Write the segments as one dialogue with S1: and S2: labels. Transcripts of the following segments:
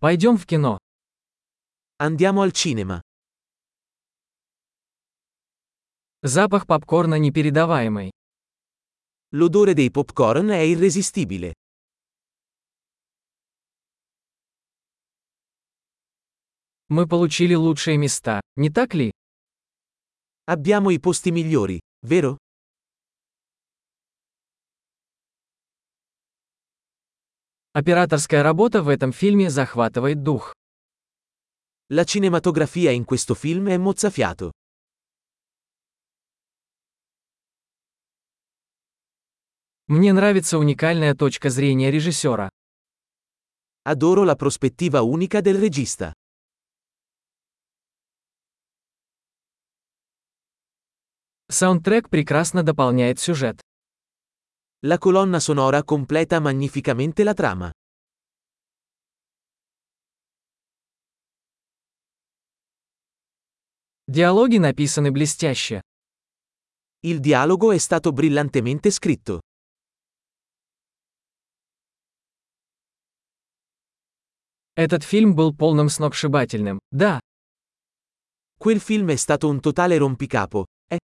S1: Пойдем в кино.
S2: Andiamo al cinema.
S1: Запах попкорна непередаваемый.
S2: L'odore dei popcorn è irresistibile.
S1: Мы получили лучшие места, не так ли?
S2: Abbiamo i posti migliori, vero?
S1: Операторская работа в этом фильме захватывает дух.
S2: La cinematografia in questo film è mozzafiato.
S1: Мне нравится уникальная точка зрения режиссера.
S2: Adoro la prospettiva unica del regista.
S1: Саундтрек прекрасно дополняет сюжет.
S2: La colonna sonora completa magnificamente la trama.
S1: Диалоги написаны блестяще.
S2: Il dialogo è stato brillantemente scritto.
S1: Этот фильм был полным сногсшибательным. Да,
S2: Quel film è stato un totale rompicapo. È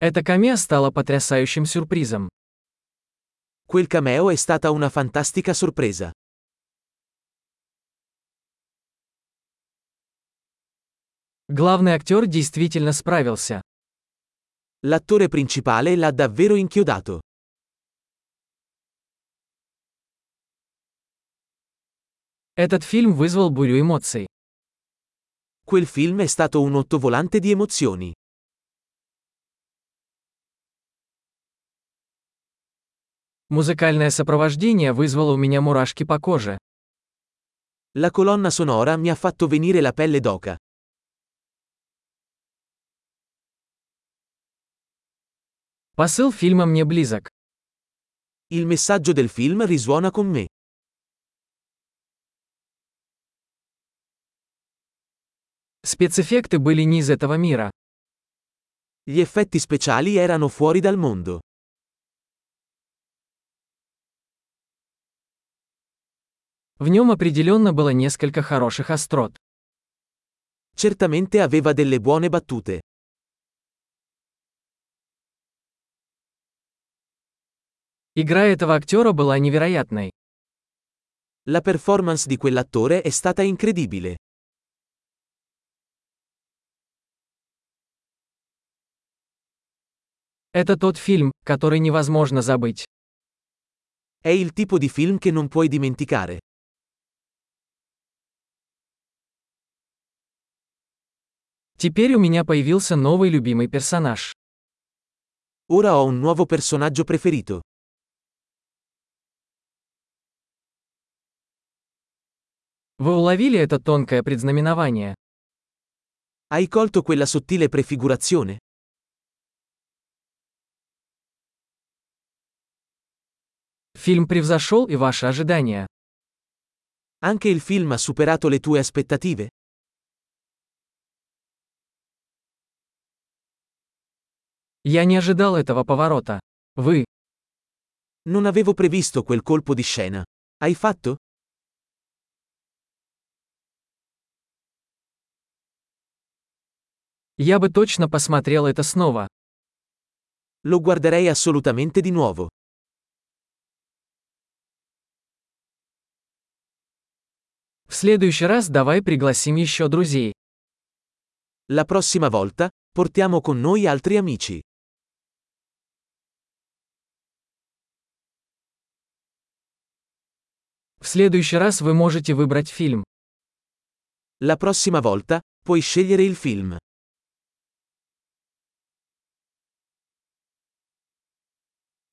S1: эта камея стала потрясающим сюрпризом.
S2: Quel cameo è stata una fantastica sorpresa.
S1: Главный актер действительно справился.
S2: L'attore principale l'ha davvero inchiodato.
S1: Этот фильм вызвал бурю эмоций.
S2: Quel film è stato un ottovolante di emozioni.
S1: Музыкальное сопровождение вызвало у меня мурашки по коже.
S2: La colonna sonora mi ha fatto venire la pelle d'oca.
S1: Посыл фильма мне близок.
S2: Il messaggio del film risuona con me.
S1: Спецэффекты были не из этого мира.
S2: Gli effetti speciali erano fuori dal mondo.
S1: В нем определенно было несколько хороших острот.
S2: Certamente aveva delle buone battute.
S1: Игра этого актера была невероятной.
S2: La performance di quell'attore è stata incredibile.
S1: Это тот фильм, который невозможно забыть.
S2: È il tipo di film che non puoi dimenticare.
S1: Теперь у меня появился новый любимый персонаж.
S2: Ora ho un nuovo personaggio preferito.
S1: Вы уловили это тонкое предзнаменование?
S2: Hai colto quella sottile prefigurazione?
S1: Фильм превзошел и ваши ожидания.
S2: Anche il film ha superato le tue aspettative?
S1: Я не ожидал этого поворота. Вы.
S2: Non avevo previsto quel colpo di scena. Hai fatto?
S1: Я бы точно посмотрел это снова.
S2: Lo guarderei assolutamente di nuovo.
S1: В следующий раз давай пригласим еще друзей.
S2: La prossima volta, portiamo con noi altri amici.
S1: В следующий раз вы можете выбрать фильм.
S2: La prossima volta, puoi scegliere il film.